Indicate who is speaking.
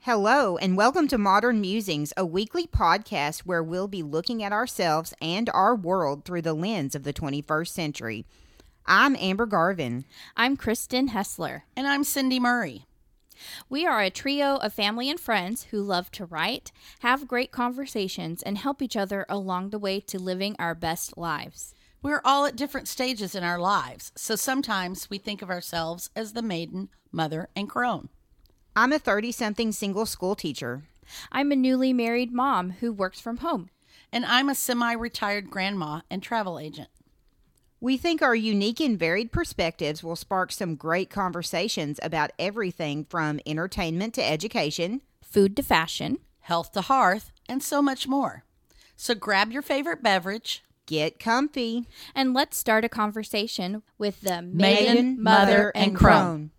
Speaker 1: Hello, and welcome to Modern Musings, a weekly podcast where we'll be looking at ourselves and our world through the lens of the 21st century. I'm Amber Garvin.
Speaker 2: I'm Kristen Hessler.
Speaker 3: And I'm Cindy Murray.
Speaker 2: We are a trio of family and friends who love to write, have great conversations, and help each other along the way to living our best lives.
Speaker 3: We're all at different stages in our lives, so sometimes we think of ourselves as the maiden, mother, and crone.
Speaker 1: I'm a 30 something single school teacher.
Speaker 2: I'm a newly married mom who works from home.
Speaker 3: And I'm a semi retired grandma and travel agent.
Speaker 1: We think our unique and varied perspectives will spark some great conversations about everything from entertainment to education.
Speaker 2: Food to fashion.
Speaker 3: health to hearth, and so much more. So grab your favorite beverage.
Speaker 1: Get comfy.
Speaker 2: And let's start a conversation with the
Speaker 3: Maiden, Mother, and Crone.